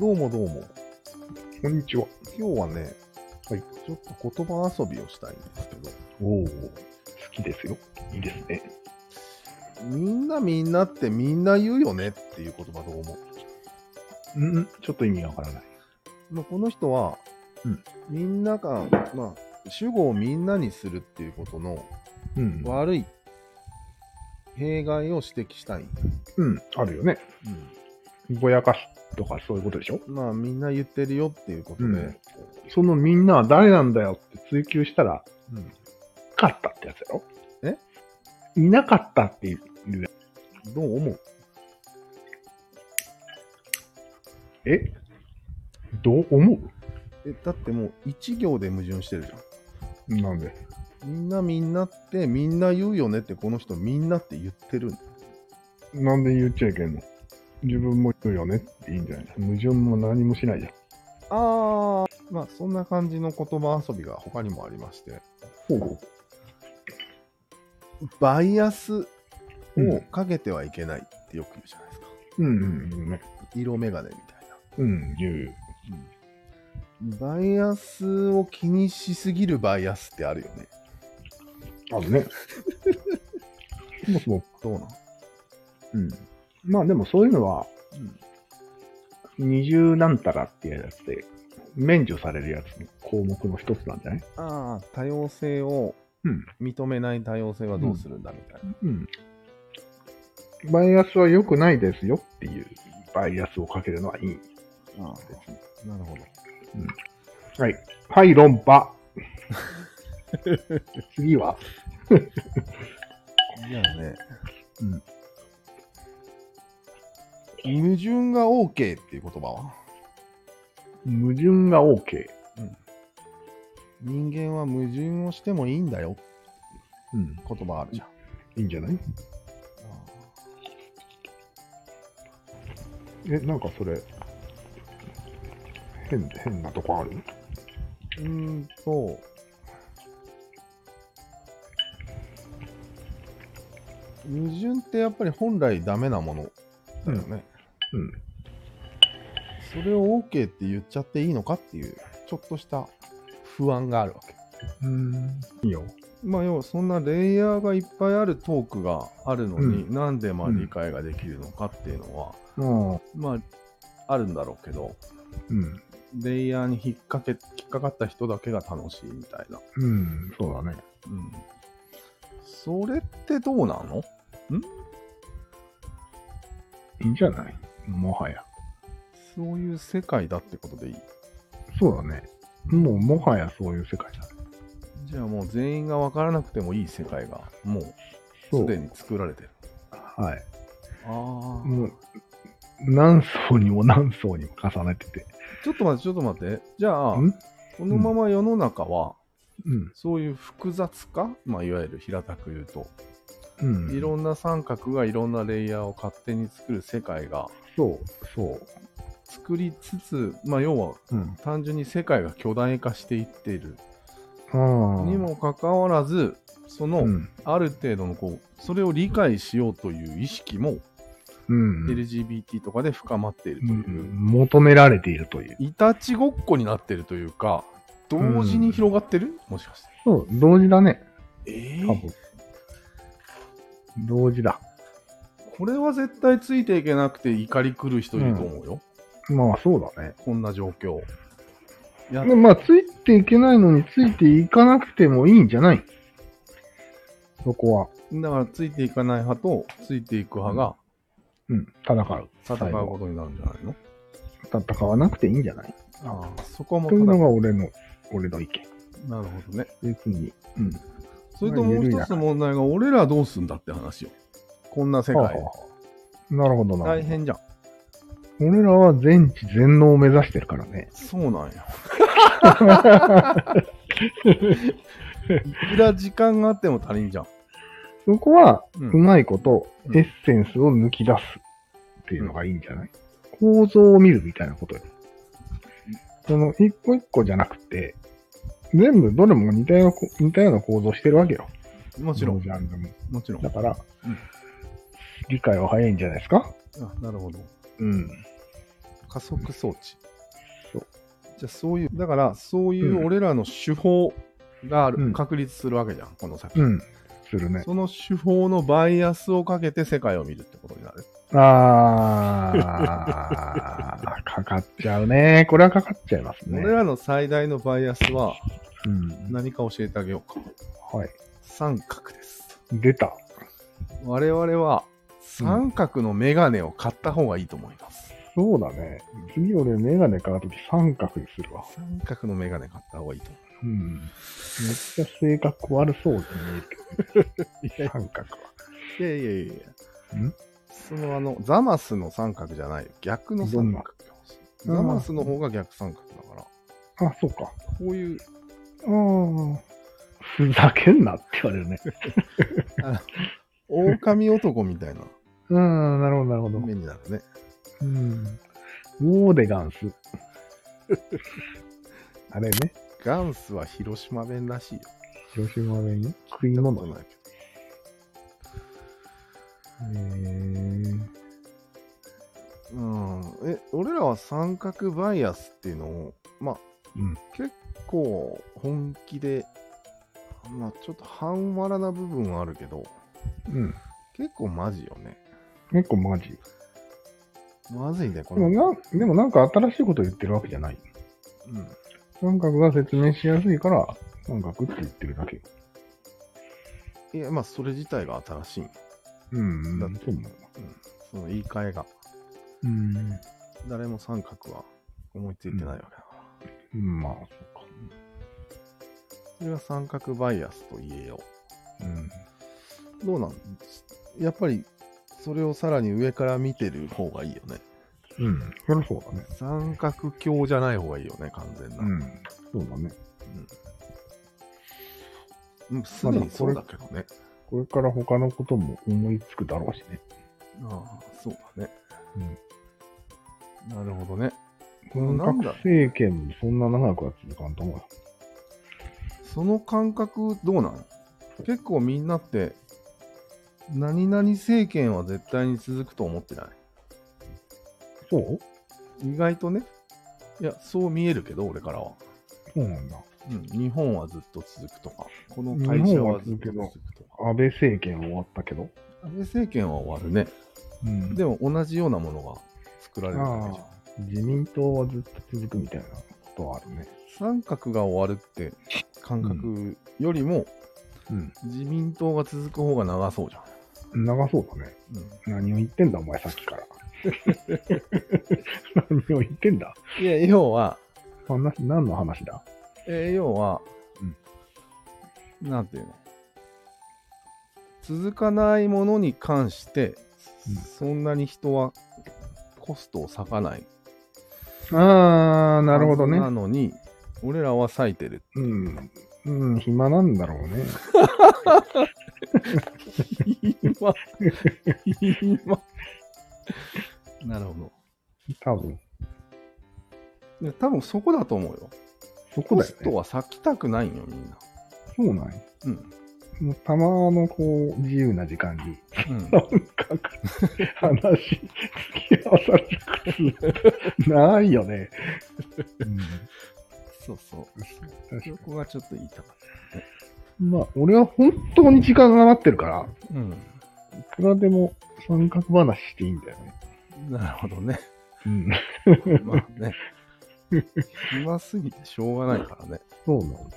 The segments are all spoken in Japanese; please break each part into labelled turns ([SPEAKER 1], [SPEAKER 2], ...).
[SPEAKER 1] どうもどうも。
[SPEAKER 2] こんにちは。
[SPEAKER 1] 今日はね、
[SPEAKER 2] はい。
[SPEAKER 1] ちょっと言葉遊びをしたいんですけど、
[SPEAKER 2] おお。好きですよ。いいですね。
[SPEAKER 1] みんなみんなってみんな言うよねっていう言葉どう思
[SPEAKER 2] うん、ちょっと意味がわからない。
[SPEAKER 1] う。まあ、この人は、
[SPEAKER 2] うん
[SPEAKER 1] みんなが、まあ、主語をみんなにするっていうことの
[SPEAKER 2] うんわ
[SPEAKER 1] 悪い弊害を指摘したい。
[SPEAKER 2] うん、あるよね。ぼやかすとかそういうことでしょ
[SPEAKER 1] まあみんな言ってるよっていうことで、
[SPEAKER 2] うんそのみんなは誰なんだよって追求したら、
[SPEAKER 1] うん
[SPEAKER 2] かったってやつだろ
[SPEAKER 1] え
[SPEAKER 2] いなかったっていう。
[SPEAKER 1] どう思う
[SPEAKER 2] えどう思
[SPEAKER 1] えだってもう一行で矛盾してるじゃん。
[SPEAKER 2] うなんで
[SPEAKER 1] みんなみんなってみんな言うよねってこの人みんなって言ってるんだ
[SPEAKER 2] なんで言っちゃいけんの自分も言うよねっていいんじゃない矛盾も何もしないじゃん。
[SPEAKER 1] ああまあそんな感じの言葉遊びが他にもありまして
[SPEAKER 2] ほ
[SPEAKER 1] バイアス
[SPEAKER 2] うん
[SPEAKER 1] をかけてはいけないってよく言うじゃないですか、
[SPEAKER 2] う。うん、うん、ね。
[SPEAKER 1] 色眼鏡みた
[SPEAKER 2] うん、言う。
[SPEAKER 1] いなバイアスを気にしすぎるバイアスってあるよね
[SPEAKER 2] あるね。そもそも、
[SPEAKER 1] どうなん
[SPEAKER 2] うん。まあでもそういうのは、二重なんたらっていうやつで、免除されるやつの項目の一つなんじゃない
[SPEAKER 1] ああ多様性を
[SPEAKER 2] うん
[SPEAKER 1] 認めない多様性はどうするんだみたいな、
[SPEAKER 2] うん。バイアスは良くないですよっていう、バイアスをかけるのはいい。
[SPEAKER 1] ああ別になるほど
[SPEAKER 2] はい。はい、論破。次は、
[SPEAKER 1] じゃあね、
[SPEAKER 2] うん
[SPEAKER 1] 矛盾が OK っていう言葉は
[SPEAKER 2] 矛盾が OK。
[SPEAKER 1] 人間は矛盾をしてもいいんだよ
[SPEAKER 2] うん。
[SPEAKER 1] 言葉あるじゃん。
[SPEAKER 2] いいんじゃないえ、なんかそれ、変、変なとこある
[SPEAKER 1] うーんと、矛盾ってやっぱり本来ダメなものだよね。
[SPEAKER 2] うん。
[SPEAKER 1] それを OK って言っちゃっていいのかっていう、ちょっとした不安があるわけ。
[SPEAKER 2] うん。いいよ。
[SPEAKER 1] まあ要はそんなレイヤーがいっぱいあるトークがあるのに、なんでまあ
[SPEAKER 2] うん
[SPEAKER 1] 理解ができるのかっていうのは、
[SPEAKER 2] うん。
[SPEAKER 1] まああるんだろうけど
[SPEAKER 2] うん。
[SPEAKER 1] レイヤーに引っ掛け引っかかった人だけが楽しいみたいな、
[SPEAKER 2] うん。そうだね。
[SPEAKER 1] うん、それってどうなの
[SPEAKER 2] いいんじゃないもはや。
[SPEAKER 1] そういう世界だってことでいい
[SPEAKER 2] そうだね。もう、もはやそういう世界だね。
[SPEAKER 1] じゃあもう全員が分からなくてもいい世界がもう
[SPEAKER 2] そう
[SPEAKER 1] すでに作られてる
[SPEAKER 2] はい。
[SPEAKER 1] ああ
[SPEAKER 2] もう、何層にも何層にも重ねてて。
[SPEAKER 1] ちょっと待ってちょっと待ってじゃあ
[SPEAKER 2] ん
[SPEAKER 1] このまま世の中は
[SPEAKER 2] うん。
[SPEAKER 1] そういう複雑化、まあ、いわゆる平たく言うと
[SPEAKER 2] うん。
[SPEAKER 1] いろんな三角がいろんなレイヤーを勝手に作る世界が
[SPEAKER 2] そう、そう。
[SPEAKER 1] 作りつつ、まあ、要は
[SPEAKER 2] うん。
[SPEAKER 1] 単純に世界が巨大化していっている
[SPEAKER 2] ああ。
[SPEAKER 1] にもかかわらずそうの
[SPEAKER 2] ん。
[SPEAKER 1] ある程度のこうそれを理解しようという意識も
[SPEAKER 2] うん。
[SPEAKER 1] LGBT とかで深まっていると
[SPEAKER 2] う
[SPEAKER 1] いうん
[SPEAKER 2] 求められているという。
[SPEAKER 1] いたちごっこになってるというか同時に広がってるもしかして
[SPEAKER 2] そう、同時だね。
[SPEAKER 1] え
[SPEAKER 2] 多分。同時だ。
[SPEAKER 1] これは絶対ついていけなくて怒り狂う人いると思うよ、
[SPEAKER 2] まあ、そうだね。
[SPEAKER 1] こんな状況や
[SPEAKER 2] でまあ、ついていけないのについていかなくてもいいんじゃないそこは、
[SPEAKER 1] だからついていかない派とついていく派が
[SPEAKER 2] うん、戦う。
[SPEAKER 1] 戦うことになるんじゃないの
[SPEAKER 2] 戦わなくていいんじゃない
[SPEAKER 1] ああそこも
[SPEAKER 2] という
[SPEAKER 1] 戦
[SPEAKER 2] のが
[SPEAKER 1] う
[SPEAKER 2] 俺の、俺の意
[SPEAKER 1] なるほどね
[SPEAKER 2] 見。別に。うん。
[SPEAKER 1] それともう一つの問題が俺らどうすんだって話よこんな世
[SPEAKER 2] はあ
[SPEAKER 1] 界
[SPEAKER 2] はあなるほどな
[SPEAKER 1] 大
[SPEAKER 2] るほ
[SPEAKER 1] 変じゃん
[SPEAKER 2] ど。俺らは全知全能を目指してるからね。
[SPEAKER 1] そうなんや いくら時間があっても足りんじゃん、
[SPEAKER 2] そこは、
[SPEAKER 1] う
[SPEAKER 2] うまいこと、
[SPEAKER 1] うん
[SPEAKER 2] エッセンスを抜き出すっていうのがいいんじゃない、構造を見るみたいなことよ。その、一個一個じゃなくて、全部どれも似たようなこ似たような構造してるわけよ。
[SPEAKER 1] もちろ
[SPEAKER 2] どの
[SPEAKER 1] ん
[SPEAKER 2] ジャンルも。
[SPEAKER 1] もちろん
[SPEAKER 2] だから、
[SPEAKER 1] うん
[SPEAKER 2] 理解は早いんじゃないですか
[SPEAKER 1] あなるほど
[SPEAKER 2] うん。
[SPEAKER 1] 加速装置
[SPEAKER 2] そう。
[SPEAKER 1] じゃあそういう、だからそういう俺らの手法がある、
[SPEAKER 2] うん
[SPEAKER 1] 確立するわけじゃん、この先。
[SPEAKER 2] うん。するね。
[SPEAKER 1] その手法のバイアスをかけて世界を見るってことになる。
[SPEAKER 2] あ ー、かかっちゃうね。これはかかっちゃいますね。
[SPEAKER 1] 俺らの最大のバイアスは
[SPEAKER 2] うん。
[SPEAKER 1] 何か教えてあげようか。
[SPEAKER 2] はい。
[SPEAKER 1] 三角です。
[SPEAKER 2] 出た。
[SPEAKER 1] 我々は三角のメガネを買った方がいいと思います。
[SPEAKER 2] そうだね。次俺メガネ買うとき三角にするわ。
[SPEAKER 1] 三角のメガネ買った方がいいと思
[SPEAKER 2] うん。めっちゃ性格悪そうに見 えるけどね三角は。
[SPEAKER 1] う。いやいやいやいや。
[SPEAKER 2] ん
[SPEAKER 1] そのあの、ザマスの三角じゃないよ。逆の三角。
[SPEAKER 2] どんな
[SPEAKER 1] ザマスの方が逆三角だから。
[SPEAKER 2] あ、そうか。
[SPEAKER 1] こういう、
[SPEAKER 2] ああ。ふざけんなって言われるね。
[SPEAKER 1] 狼男みたいな
[SPEAKER 2] うん、なるほど、なるほど。
[SPEAKER 1] 目になるね。
[SPEAKER 2] うん。ウォーデガンス。 あれね。
[SPEAKER 1] ガンスは広島弁らしいよ。
[SPEAKER 2] 広島弁に食い
[SPEAKER 1] そ
[SPEAKER 2] 物
[SPEAKER 1] う
[SPEAKER 2] へ
[SPEAKER 1] なんやけど
[SPEAKER 2] え。
[SPEAKER 1] うん。え、俺らは三角バイアスっていうのを、まあ、
[SPEAKER 2] うん
[SPEAKER 1] 結構本気で、まあ、ちょっと半笑な部分はあるけど、
[SPEAKER 2] うん。
[SPEAKER 1] 結構マジよね。
[SPEAKER 2] 結構マジ。
[SPEAKER 1] まずいね、こ
[SPEAKER 2] でも
[SPEAKER 1] れ。
[SPEAKER 2] な、でもなんか新しいこと言ってるわけじゃない。
[SPEAKER 1] うん。
[SPEAKER 2] 三角が説明しやすいから、三角って言ってるだけ。
[SPEAKER 1] いや、まあ、それ自体が新しい。
[SPEAKER 2] うん
[SPEAKER 1] だ
[SPEAKER 2] だ
[SPEAKER 1] っ
[SPEAKER 2] ってても
[SPEAKER 1] その言い換えが。
[SPEAKER 2] う。うん。
[SPEAKER 1] 誰も三角は思いついてないわけだから。
[SPEAKER 2] まあ、そう
[SPEAKER 1] それが三角バイアスと言えよう。
[SPEAKER 2] か。うん。
[SPEAKER 1] どうなんやっぱりそれをさらに上から見てる方がいいよね。
[SPEAKER 2] うん。そりゃそうだね。
[SPEAKER 1] 三角鏡じゃない方がいいよね、完全な。
[SPEAKER 2] うん。そうだね。
[SPEAKER 1] うん。すでにそうだけどね。
[SPEAKER 2] これから他のことも思いつくだろうしね。
[SPEAKER 1] ああ、そうだね。なるほどね。
[SPEAKER 2] 三
[SPEAKER 1] なん
[SPEAKER 2] 角
[SPEAKER 1] だ
[SPEAKER 2] 政権もそんな長くは続かんと思うよ。
[SPEAKER 1] その感覚どうなの結構みんなって、何々政権は絶対に続くと思ってな
[SPEAKER 2] そう
[SPEAKER 1] い意外とね。いや、そう見えるけど、俺からは。
[SPEAKER 2] そうなんだ。
[SPEAKER 1] うん、日本はずっと続くとか、この会社はずっと
[SPEAKER 2] 日本は
[SPEAKER 1] 続くとか。
[SPEAKER 2] 安倍政権は終わったけど。
[SPEAKER 1] 安倍政権は終わるね。
[SPEAKER 2] うん
[SPEAKER 1] でも同じようなものが作られるわけじゃん
[SPEAKER 2] あ。あ、自民党はずっと続くみたいなことはあるね。
[SPEAKER 1] 三角が終わるって感覚よりも
[SPEAKER 2] うん。
[SPEAKER 1] 自民党が続く方が長そうじゃん。
[SPEAKER 2] 長そうだね。何を言ってんだ、お前さっき から。何を言ってんだ
[SPEAKER 1] いや、要は、
[SPEAKER 2] 話、何の話だ
[SPEAKER 1] えー要は、なんていうの続かないものに関して、
[SPEAKER 2] うん
[SPEAKER 1] そんなに人はコストを割かない。
[SPEAKER 2] ああ、なるほど
[SPEAKER 1] な
[SPEAKER 2] ね。
[SPEAKER 1] のに、俺らは割いてる。
[SPEAKER 2] うん。うん、暇なんだろうね。
[SPEAKER 1] 今、 今。なるほど。
[SPEAKER 2] 多分。
[SPEAKER 1] いや多分そこだと思うよ。
[SPEAKER 2] そこ
[SPEAKER 1] コ
[SPEAKER 2] だ
[SPEAKER 1] スト
[SPEAKER 2] よね。
[SPEAKER 1] は割きたくないんよ、みんな。
[SPEAKER 2] そうなんよ
[SPEAKER 1] うん。
[SPEAKER 2] もうたまのこう、自由な時間に、
[SPEAKER 1] うん
[SPEAKER 2] なんか、話、付き合わされることないよね。うん、
[SPEAKER 1] そうそう。
[SPEAKER 2] 確か
[SPEAKER 1] そ
[SPEAKER 2] に。
[SPEAKER 1] こがちょっと言いたかっ
[SPEAKER 2] まあ、俺は本当に時間が余ってるから、
[SPEAKER 1] た。うん。
[SPEAKER 2] いくらでも三角話していいんだよね。
[SPEAKER 1] なるほど ね。
[SPEAKER 2] うん。
[SPEAKER 1] まあね。暇すぎてしょうがないからね。
[SPEAKER 2] そうなんです。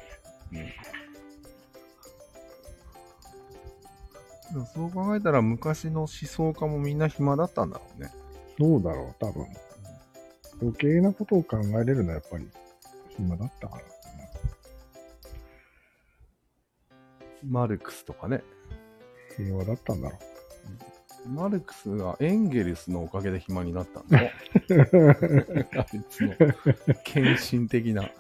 [SPEAKER 1] でもそう考えたら昔の思想家もみんな暇だったんだろうね。
[SPEAKER 2] そうだろう、多分。余計なことを考えれるのはやっぱり暇だったから。
[SPEAKER 1] マルクスとかね。
[SPEAKER 2] 平和だったんだろ
[SPEAKER 1] マルクスがエンゲルスのおかげで暇になったんだよ。
[SPEAKER 2] う。
[SPEAKER 1] あいつの献身的な。ね